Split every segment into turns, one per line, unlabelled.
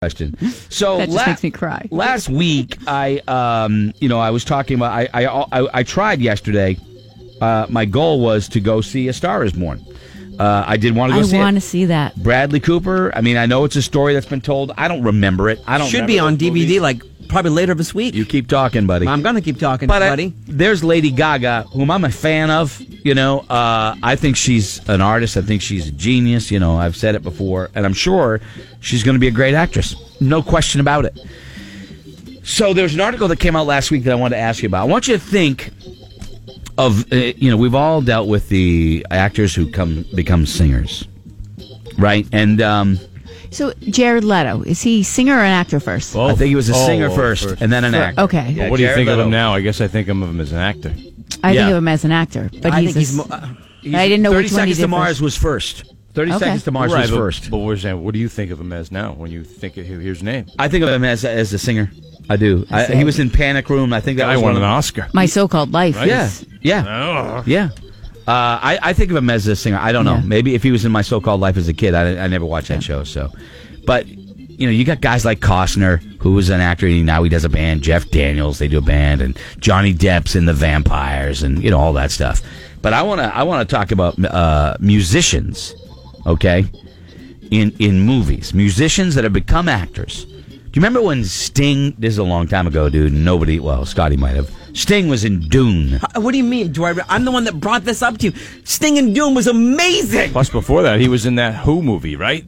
question. So
That just
la-
makes me cry.
Last week, I um, you know, I was talking about. I I I, I tried yesterday. Uh, my goal was to go see A Star Is Born. Uh, I did want to go
I
see it.
want to see that.
Bradley Cooper. I mean, I know it's a story that's been told. I don't remember it. I don't
Should
remember
be on
those
DVD
movies.
like probably later this week.
You keep talking, buddy.
I'm gonna keep talking,
But I-
buddy.
there's Lady Gaga, whom I'm a fan of. You know, uh, I think she's an artist. I think she's a genius. You know, I've said it before, and I'm sure she's going to be a great actress. No question about it. So there's an article that came out last week that I wanted to ask you about. I want you to think of uh, you know we've all dealt with the actors who come become singers, right? And um,
So Jared Leto is he singer or an actor first?
I think he was a
Oh,
singer
oh,
first,
first.
and then an actor.
Okay.
Yeah,
Well, what do you
Jared
think of
Leto.
him now? I guess I think of him as an actor.
I think
yeah.
of him as an actor, but
I
he's,
think he's
a-
mo- uh,
He's-
I didn't know
30
which one he
Seconds to
did
Mars
first.
was first. 30
Okay.
Seconds to Mars
Right,
was
but,
first.
But we're saying, what do you think of him as now when you think of hear his name?
I think of him as as a singer. I do. I,
see.
he was in Panic Room. I think that
I
was
won
one
an
of the-
Oscar.
my so-called life.
Right.
Yeah,
is-
yeah,
Ugh.
yeah. Uh, I, I think of him as a singer. I don't know.
Yeah.
Maybe if he was in my so-called life as a kid, I, I never watched that show. So, but you know, you got guys like Costner, who was an actor, and now he does a band. Jeff Daniels, they do a band, and Johnny Depp's in the Vampires, and you know all that stuff. But I wanna I wanna talk about uh, musicians, okay? in in movies, musicians that have become actors. Do you remember when Sting? This is a long time ago, dude. and Nobody, well, Scotty might have. Sting was in Dune.
Uh, What do you mean? Do I? Re- I'm the one that brought this up to you. Sting and Doom was amazing.
Plus, before that, he was in that Who movie, right?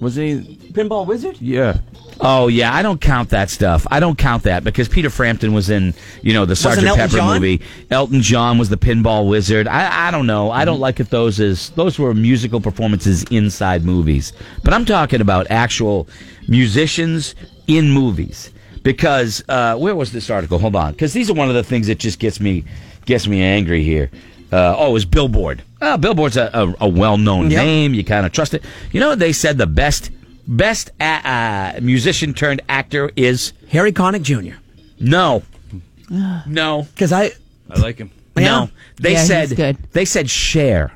Wasn't he?
Pinball Wizard.
Yeah.
Oh yeah, I don't count that stuff. I don't count that because Peter Frampton was in, you know, the Sergeant
Elton
Pepper
John?
movie. Elton John was the Pinball Wizard. I, I don't know. I don't like if those is those were musical performances inside movies. But I'm talking about actual musicians in movies because uh, where was this article? Hold on, because these are one of the things that just gets me gets me angry here. Uh, oh, it was Billboard. Uh, Billboard's a, a, a well-known
Yep.
name. You kind of trust it. You know, they said the best best a- uh, musician turned actor is
Harry Connick Jr.
no, no,
Because I.
I like him.
Yeah.
no. They
Yeah, he's
said
good.
they said share.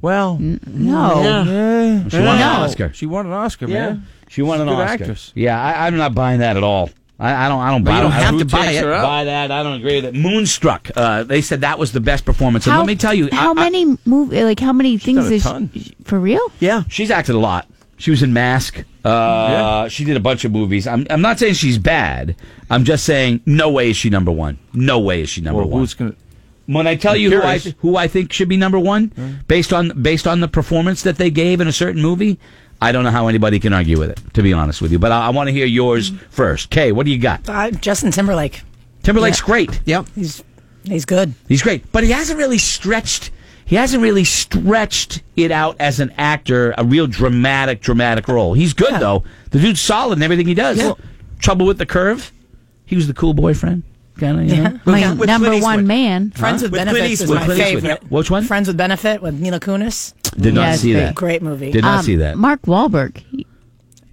Well,
Mm.
eh,
No,
She won an
No.
Oscar.
she won an Oscar, man.
She won an
She's a good
Oscar.
actress.
Yeah, I, I'm not buying that at all. I, I don't. I don't buy.
you don't
I
have
who
to buy
takes
it.
her up? Buy that. I don't agree with it. Moonstruck. Uh, they said that was the best performance. And
How,
let me tell you, I-
how
I-
many movie like how many things
done a
is
ton.
she- for real?
Yeah.
She's acted a lot. She was in Mask. Uh,
Yeah.
She did a bunch of movies. I'm, I'm not saying she's bad. I'm just saying no way is she number one. No way is she number
Well,
one.
who's gonna?
when I tell you who I,
curious.
who I think should be number one, based on based on the performance that they gave in a certain movie, I don't know how anybody can argue with it. To be honest with you, but I, I want to hear yours first. Kay, what do you got?
Uh, Justin Timberlake.
Timberlake's great.
Yep.
He's he's good.
He's great, but he hasn't really stretched. He hasn't really stretched it out as an actor, a real dramatic, dramatic role. He's good though. The dude's solid in everything he does. Trouble with the curve. He was the cool boyfriend, kind of. You know?
My
Yeah, with
number
Clint
one
Eastwood.
man.
Friends with,
With Clint
Benefits is
Eastwood.
my
Clint
Eastwood.
favorite.
Which one?
Friends with Benefit with Mila Kunis.
Did
Yeah,
not
it's
see
great.
that.
Great movie.
Did not
Um,
see that.
Mark Wahlberg he-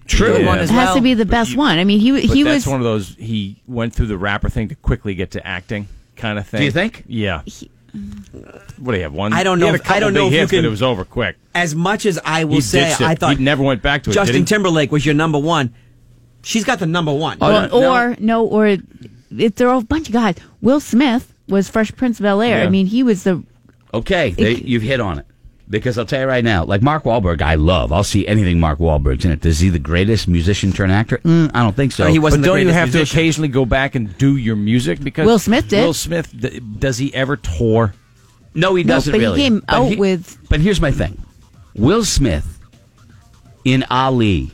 True.
Good one as
has
well.
to be the best
he-
one. I mean, he
But
he
that's
was
one of those he went through the rapper thing to quickly get to acting kind of thing.
Do you think?
Yeah. what do you have one?
I don't
He
know
had
if-
a
I
couple
don't
big
know if you
hits,
can-
but it was over quick.
As much as I will
He
say,
ditched it.
I thought
He never went back to it,
Justin
did he?
Timberlake was your number one. She's got the number one.
or,
no, no.
or no or it, there are a bunch of guys. Will Smith was Fresh Prince of Bel Air. I
Yeah.
mean, he was the
Okay, they,
It-
you've hit on it. Because I'll tell you right now, like Mark Wahlberg, I love. I'll see anything Mark Wahlberg's in it. Is he the greatest musician turned actor? Mm, I don't think so.
No, he wasn't
But
the
don't you
greatest
have to
musician.
occasionally go back and do your music because
Will Smith did.
Will Smith d- does he ever tour?
No, he doesn't
but he
really.
came out with-
But here's my thing: Will Smith in Ali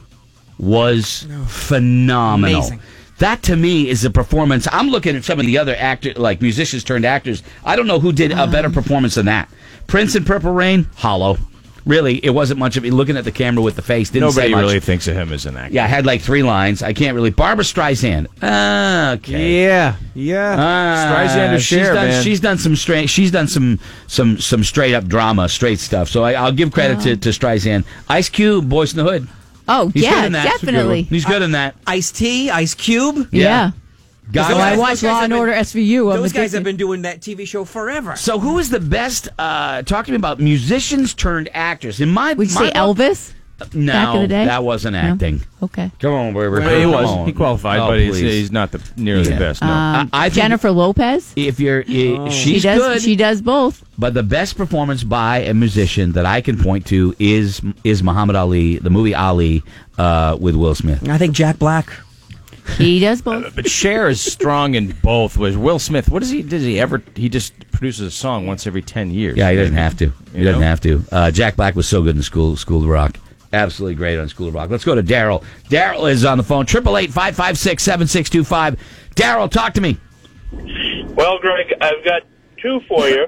was phenomenal.
Amazing.
That to me is a performance. I'm looking at some of the other actor, like musicians turned actors. I don't know who did a better performance than that. Prince in Purple Rain, hollow. Really, it wasn't much of it. Looking at the camera with the face, didn't say
Nobody
much.
really thinks of him as an actor.
Yeah, I had like three lines. I can't really. Barbara Streisand. Ah, Okay.
Yeah, yeah.
Ah,
Streisand or
she's
Cher,
done,
man.
She's done some straight. She's done some some some straight up drama, straight stuff. So I, I'll give credit to, to Streisand. Ice Cube, Boys in the Hood.
oh
He's good
yeah
in that.
definitely
He's good in that.
Ice T, Ice Cube.
Yeah.
yeah.
God,
Those
Well, Oh, I
guys-
watched
those guys
Law
have
and
been-
Order SVU. I'm
Those guys
addicted.
have been doing that TV show forever.
So who is the best? Uh, talking about musicians turned actors in my.
Would you
my
say Elvis?
No,
back in the day?
that wasn't
No?
acting.
Okay.
Come on, Weber.
Well, he
come
was.
on.
He qualified,
Oh,
but he's,
please.
he's not the nearly
Yeah.
the best. No.
Uh,
I- Uh, I think
Um, Jennifer Lopez.
If you're, i-
She
she's
does.
good.
She does both.
But the best performance by a musician that I can point to is is Muhammad Ali, the movie Ali, uh, with Will Smith.
I think Jack Black.
He does both.
but Cher is strong in both. Was Will Smith? What does he? Does he ever? He just produces a song once every ten years.
Yeah, he doesn't have to. He
You
doesn't
know?
have to. Uh, Jack Black was so good in School School of Rock. Absolutely great on School of Rock. Let's go to Daryl. Daryl is on the phone. Triple eight five five six seven six two five. Daryl, talk to me.
Well, Greg, I've got two for you.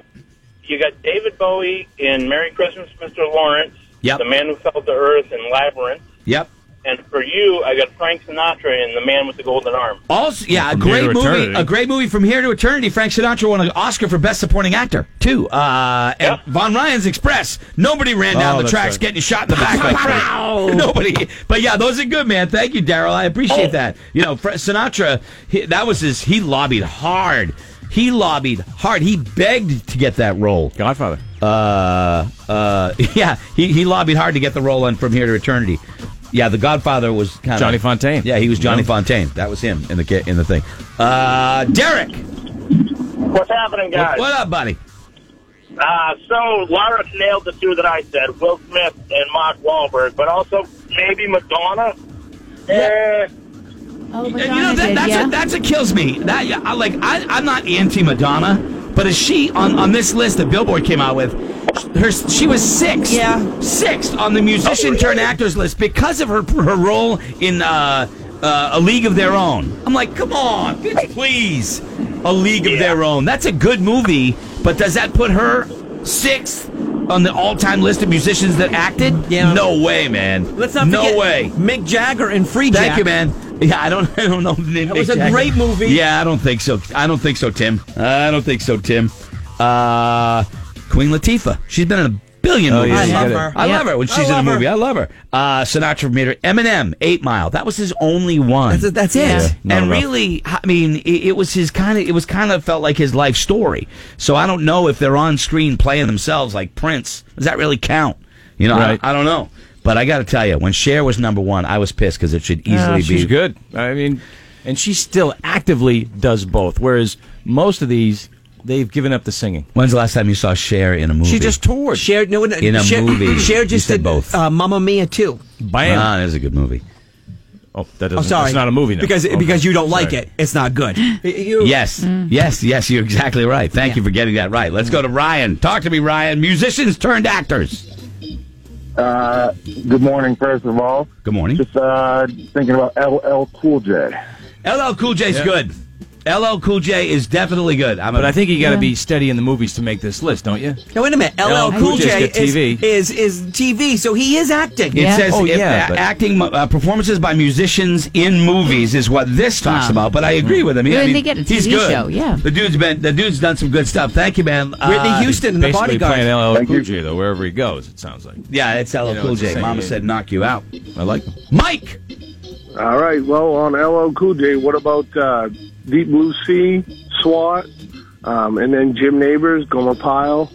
You got David Bowie in Merry Christmas, Mr. Lawrence,
Yep.
The Man Who Fell to Earth in Labyrinth.
Yep.
And for you, I got Frank Sinatra in The Man with the Golden Arm.
Also, yeah, a
From
great
Here to
movie.
Eternity.
A great movie from here to eternity. Frank Sinatra won an Oscar for Best Supporting Actor too. Uh, and
Yep.
Von Ryan's Express. Nobody ran
Oh,
down the
that's
tracks
right.
getting shot in the back. like crazy. Nobody. But yeah, those are good, man. Thank you, Daryl. I appreciate that. You know, Fra- Sinatra. He, that was his. He lobbied hard. He lobbied hard. He begged to get that role
Godfather.
uh, uh, yeah, he, he lobbied hard to get the role on From Here to Eternity. Yeah, The Godfather was kind of
Johnny Fontaine.
Yeah, he was Johnny
Yeah.
Fontaine. That was him in the ki- in the thing. Uh, Derek,
What's happening, guys?
what up, buddy?
Uh, so Laura nailed the two that I said, Will Smith and Mark Wahlberg, but also maybe Madonna. Eh,
Oh,
And you know that, that's what, that's what kills me. That yeah, I, like I, I'm not anti Madonna, but is she on on this list that Billboard came out with? Her she was sixth,
Yeah.
sixth on the musician turned actors list because of her her role in uh, uh, A League of Their Own. I'm like, come on, bitch, please, A League of Their Own. That's a good movie, but does that put her sixth? On the all-time list of musicians that acted,
Yeah.
no way, man.
Let's not
no
forget
way.
Mick Jagger and Free
Thank
Jack.
you, man. Yeah, I don't, I don't know. That
was a great movie.
Yeah, I don't think so. I don't think so, Tim. I don't think so, Tim. Uh, Queen Latifah. She's been in a billion movies.
I
Oh, you
love
got it.
her.
I love her when
I
she's in a
love her.
movie. I love her. Uh, Sinatra meter Eminem, Eight Mile. That was his only one.
That's it. That's
Yeah.
it.
not
and
enough.
really, I mean, it, it was his kind of. It was kind of felt like his life story. So I don't know if they're on screen playing themselves like Prince. Does that really count? You know, I-
Right.
I, don't know. But I got to tell you, when Cher was number one, I was pissed because it should easily
Ah,
be
she's good. I mean, and she still actively does both. Whereas most of these, they've given up the singing.
When's the last time you saw Cher in a movie?
She just toured.
Cher, no, no,
In a
Cher,
movie.
Cher
You
just
said
did
both.
Uh, Mamma Mia too.
Bam.
Ah, that is a good movie.
oh, that doesn't.
Oh, sorry,
It's not a movie now.
because
Okay.
because you don't like
Sorry.
it. It's not good. You-
Yes,
Mm.
yes, yes. You're exactly right. Thank you for getting that right. Let's go to Ryan. Talk to me, Ryan. Musicians turned actors.
Uh, good morning, first of all.
Good morning.
Just uh, thinking about LL Cool J.
LL Cool J's good. LL Cool J is definitely good. I'm
But I
think
think you got to be steady in the movies to make this list, don't you?
Now wait a minute. LL
LL
Cool
Cool J's
J
got TV.
is, is is TV, so he is acting.
it
Yeah.
says
Oh,
if
yeah,
a-
but-
acting uh, performances by musicians in movies is what this talks
Ah.
about. But I agree with him.
Well,
I
then
mean,
they get a
he's
TV
good.
show, yeah.
the dude's been the dude's done some good stuff. Thank you, man.
Whitney
Uh,
Houston in the
Basically
Bodyguard.
playing LL
Thank
Cool
you.
J though, wherever he goes, it sounds like.
Yeah, it's LL
You know,
Cool
it's the
J.
same.
Mama said knock you out.
I like him.
Mike.
All right, well, on LL Cool J, what about uh, Deep Blue Sea, SWAT, um, and then Jim Neighbors, Gomer Pyle?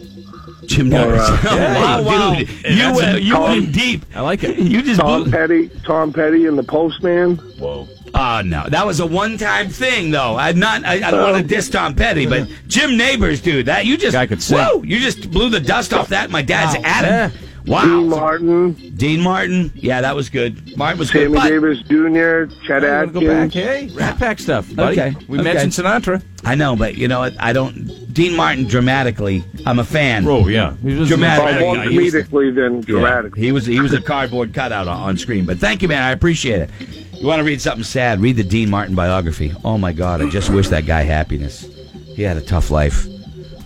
Jim
uh,
Neighbors.
All right.
wow, wow. Dude, you
that's
went,
a-
you went
Tom-
deep.
I like it.
You just
Tom
blew-
Mm-hmm.
Petty, Tom Petty and the Postman.
Whoa.
Ah, no, that was a one-time thing, though. I'm not. I, I don't
Oh.
want to diss Tom Petty, but Jim Neighbors, dude, that you just
Guy could sing.
Whoa, you just blew the dust off that. My dad's attic.
Dean
Wow,
Martin,
Dean Martin. Yeah, that was good. Martin was good.
Sammy
but-
Davis Jr., Chet
I wanna go back.
Atkins.
Hey, Rat Pack stuff. Buddy.
Okay,
We
okay.
mentioned Sinatra.
I know, but you know what? I don't. Dean Martin dramatically. I'm a fan.
Oh yeah. He was
Dramatic.
Well, more
Yeah, he was-
comedically than dramatically.
Yeah, he was he was a cardboard cutout on, on screen. But thank you, man. I appreciate it. You want to read something sad? Read the Dean Martin biography. Oh my God, I just wish that guy happiness. He had a tough life,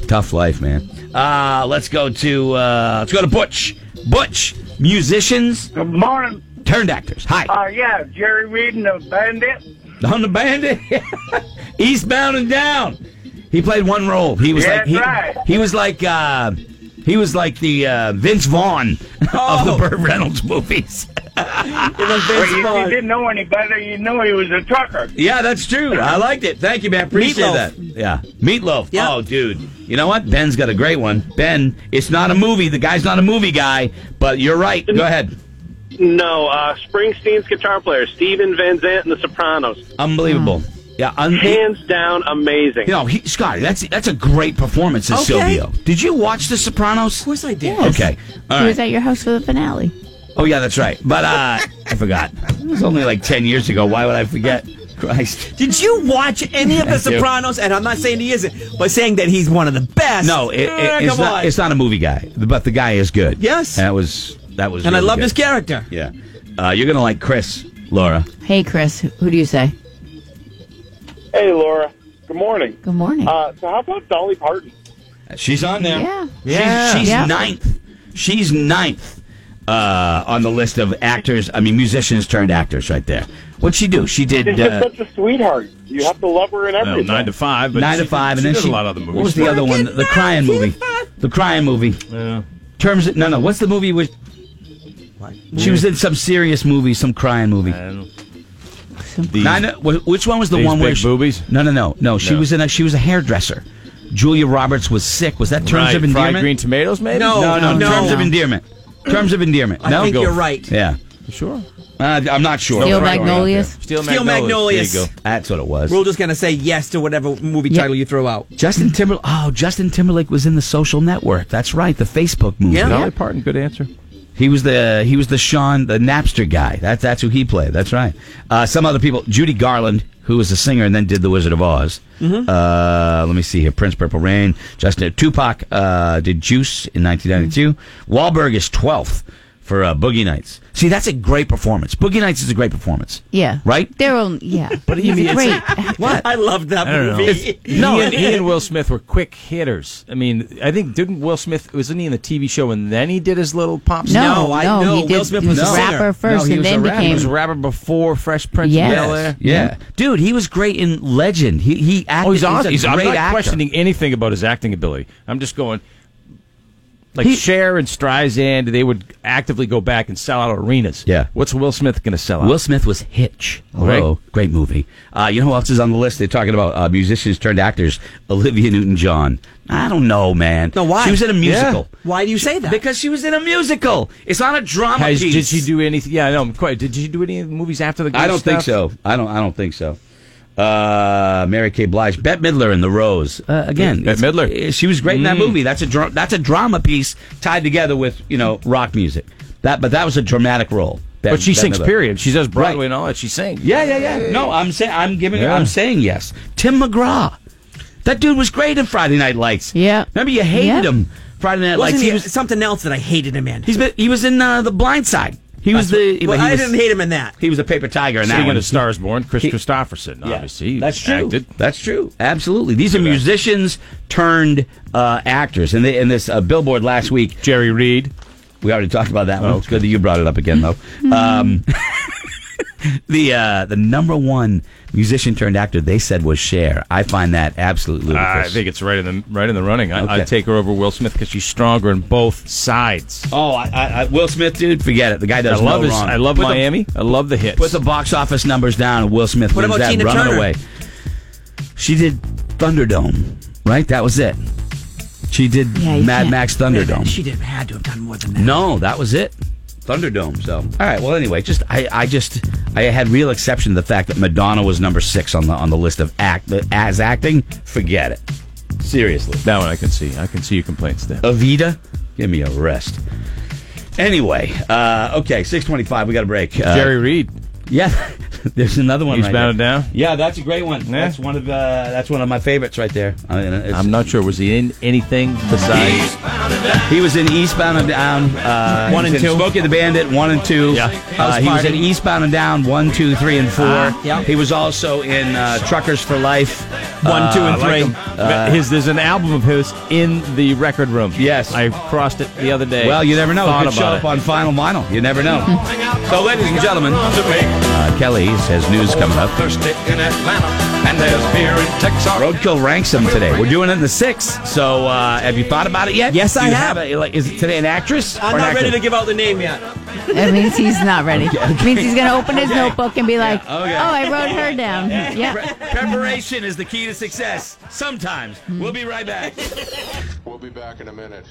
tough life, man. Uh, let's go to uh, let's go to Butch. Butch, musicians
Good morning. Uh,
turned actors. Hi,
yeah, Jerry Reed and the Bandit.
on the bandit, eastbound and down. He played one role. He was
Yeah,
like he,
that's right.
he was like uh, he was like the uh, Vince Vaughn of the
Oh.
Burt Reynolds movies.
Vince Vaughn.
know any better, you knew he was a trucker.
Yeah, that's true. I liked it. Thank you, man. Appreciate
Meatloaf.
that. Yeah. Meatloaf.
Yeah.
Oh, dude. You know what? Ben's got a great one. Ben, it's not a movie. The guy's not a movie guy, but you're right. Go ahead.
No, uh, Springsteen's guitar player, Steven Van Zandt and the Sopranos.
Unbelievable. Yeah, un-
Hands down, amazing.
you know, he, Scotty, that's that's a great performance as
Okay.
Silvio. Did you watch The Sopranos? Of
course I did.
Okay. All
He was
right.
at your house for the finale.
Oh yeah, that's right. But uh, I forgot. It was only like ten years ago. Why would I forget? Christ.
Did you watch any of The
Thank you.
Sopranos? And I'm not saying he isn't, but saying that he's one of the best.
No, it, it-
Eh,
it's
come
not.
on.
It's not a movie guy, but the guy is good.
Yes.
that was that was.
and I
really
love
good.
his character.
Yeah, uh, you're gonna like Chris, Laura.
Hey, Chris, who who do you say?
Hey, Laura. Good morning.
Good morning.
Uh, so how about Dolly Parton?
She's on there.
Yeah.
Yeah.
She's, she's
Yeah.
ninth. She's ninth uh, on the list of actors. I mean, musicians turned actors, right there. What'd she do? She
She's
did.
just
Uh,
such a sweetheart. You have to love her in
No,
everything.
nine to five. But
Nine
she,
to five,
she
and then
did
she
a lot of other movies.
What was the other one? The crying movie. The crying movie.
Yeah.
Terms. No, no. What's the movie with? She was in some serious movie, some crying movie.
I don't know.
Nine. wh- which one was the
Uh, These
one where
Big
she,
Boobies?
No, no, no, no. She
No.
was in a. She was a hairdresser. Julia Roberts was sick. Was that Terms
Right,
of
Fried
Endearment?
Green tomatoes, maybe?
No.
no, no,
No.
Terms of Endearment. Terms of Endearment.
I
no,
think
Go.
you're right.
Yeah,
Sure.
uh, I'm not sure.
Steel
Right.
Magnolias.
Steel,
Steel Magnolias.
There you go.
That's what it was.
We're just going to say yes to whatever movie
Yeah.
title you throw out.
Justin Timberlake. Oh, Justin Timberlake was in the Social Network. That's right, the Facebook movie.
Yeah.
Dolly Parton, good answer.
He was the he was the Sean the Napster guy. That's that's who he played. That's right. Uh, some other people, Judy Garland, who was a singer and then did The Wizard of Oz.
Mm-hmm.
Uh, let me see here: Prince, Purple Rain, Justin Tupac uh, did Juice in 1992.
Mm-hmm.
Wahlberg is 12th for uh, Boogie Nights. See, that's a great performance. Boogie Nights is a great performance.
Yeah.
Right?
They're on. Yeah. But
do you mean?
Great.
What? I love that
I don't know.
movie.
he, and, he and Will Smith were quick hitters. I mean, I think didn't Will Smith wasn't he in the TV show and then he did his little pop song?
No,
No, I
no,
know.
he
Will
did.
Smith
he
was
was
a
a
singer.
rapper first,
he
and
was a
then
rapper.
He
became
was a rapper before Fresh Prince
Yes.
of Bel Air.
Yeah, dude, he was great in Legend. He he acted.
Oh, he's awesome.
He's a
I'm
great
not
actor.
questioning anything about his acting ability. I'm just going. Like
He-
Cher and Streisand, they would actively go back and sell out arenas.
Yeah.
What's Will Smith going to sell out?
Will Smith was Hitch. Hello, great movie. Uh, you know who else is on the list? They're talking about uh, musicians turned actors. Olivia Newton-John. I don't know, man.
No, why?
She was in a musical.
Why do you say that?
Because she was in a musical. It's not a drama
Has,
piece.
did she do anything? Yeah, no, I'm quite. Did she do any movies after the? Good
I don't think
Stuff?
so. I don't. I don't think so. Uh, Mary Kay Blige, Bette Midler in The Rose. Uh, again,
Bette
it's-
Midler. Mm.
eh, She was great in that movie. That's a dra- that's a drama piece tied together with you know rock music. That but that was a dramatic role. Bette-
But she
Bette
sings.
Midler.
Period. She does Broadway
Right.
and all that. She sings.
Yeah, yeah, yeah. No, I'm saying I'm giving.
Yeah.
I'm saying yes. Tim McGraw, that dude was great in Friday Night Lights.
Yeah.
remember you hated
Yeah.
him Friday Night
Wasn't
Lights.
he,
He was.
something else that I hated him in?
He's been. He was in uh, the Blind Side. He was the.
well,
he
I
was,
didn't hate him in that.
He was a paper tiger in that
Speaking
one.
of Stars Born, Chris
He-
Christopherson,
Yeah.
obviously. he
that's true.
Acted.
That's true. Absolutely. These are musicians turned uh, actors. And in this uh, billboard last week,
Jerry Reed.
we already talked about that one. It's good that you brought it up again, though. um, the uh, the number one musician turned actor they said was Cher. I find that absolutely ludicrous.
I think it's right in the right in the running. I,
Okay.
I'd take her over Will Smith because she's stronger in both sides.
oh, I, I, I, Will Smith, dude, forget it. The guy
I
does
love
no
his,
wrong.
I love
Put the-
Miami. I love the hits.
put the box office numbers down, and Will Smith
What
wins
about
that
Tina
running
Turner?
away. She did Thunderdome, right? That was it. She did
Yeah, you
Mad
can't-
Max
Man,
Thunderdome.
She did, had to have done more than that.
No, that was it. Thunderdome. So, all right. Well, anyway, just I, I just I had real exception to the fact that Madonna was number six on the on the list of act as acting. Forget it. Seriously,
that one I can see. I can see your complaints there.
Avita, give me a rest. Anyway, uh, okay, six twenty-five. We got a break. Uh,
Jerry Reed.
yeah, there's another one. right
Eastbound
there.
and Down?
Yeah, that's a great one.
Yeah.
That's one of uh, that's one of my favorites right there. I mean, it's-
I'm not sure. Was he in anything besides?
He was in Eastbound and Down. Uh,
One
he was
and
in
two.
Smokey the Bandit, one and two.
Yeah.
Uh, he was in Eastbound and Down, one, two, three, and four.
yeah.
He was also in uh, Truckers for Life.
One, two,
Uh,
and three. his there's an album of his in the record room.
Yes.
I crossed it the other day.
well, you never know.
Thought
it could show
about
up on final vinyl. You never know. so, ladies and gentlemen, uh, Kelly says news coming up.
Thursday in Atlanta, and there's beer in Texas.
Roadkill ranks them today. We're doing it in the six. So, uh, have you thought about it yet?
Yes,
Do
I
you
have.
a- like, is it today an actress?
I'm
or an
not ready
actor?
to give out the name yet.
That means he's not ready. It means he's going to open his notebook and be like,
okay.
oh, I wrote her down.
Pre-
Yeah.
Hmm.
Preparation is the key to success. Sometimes. We'll be right back.
We'll be back in a minute.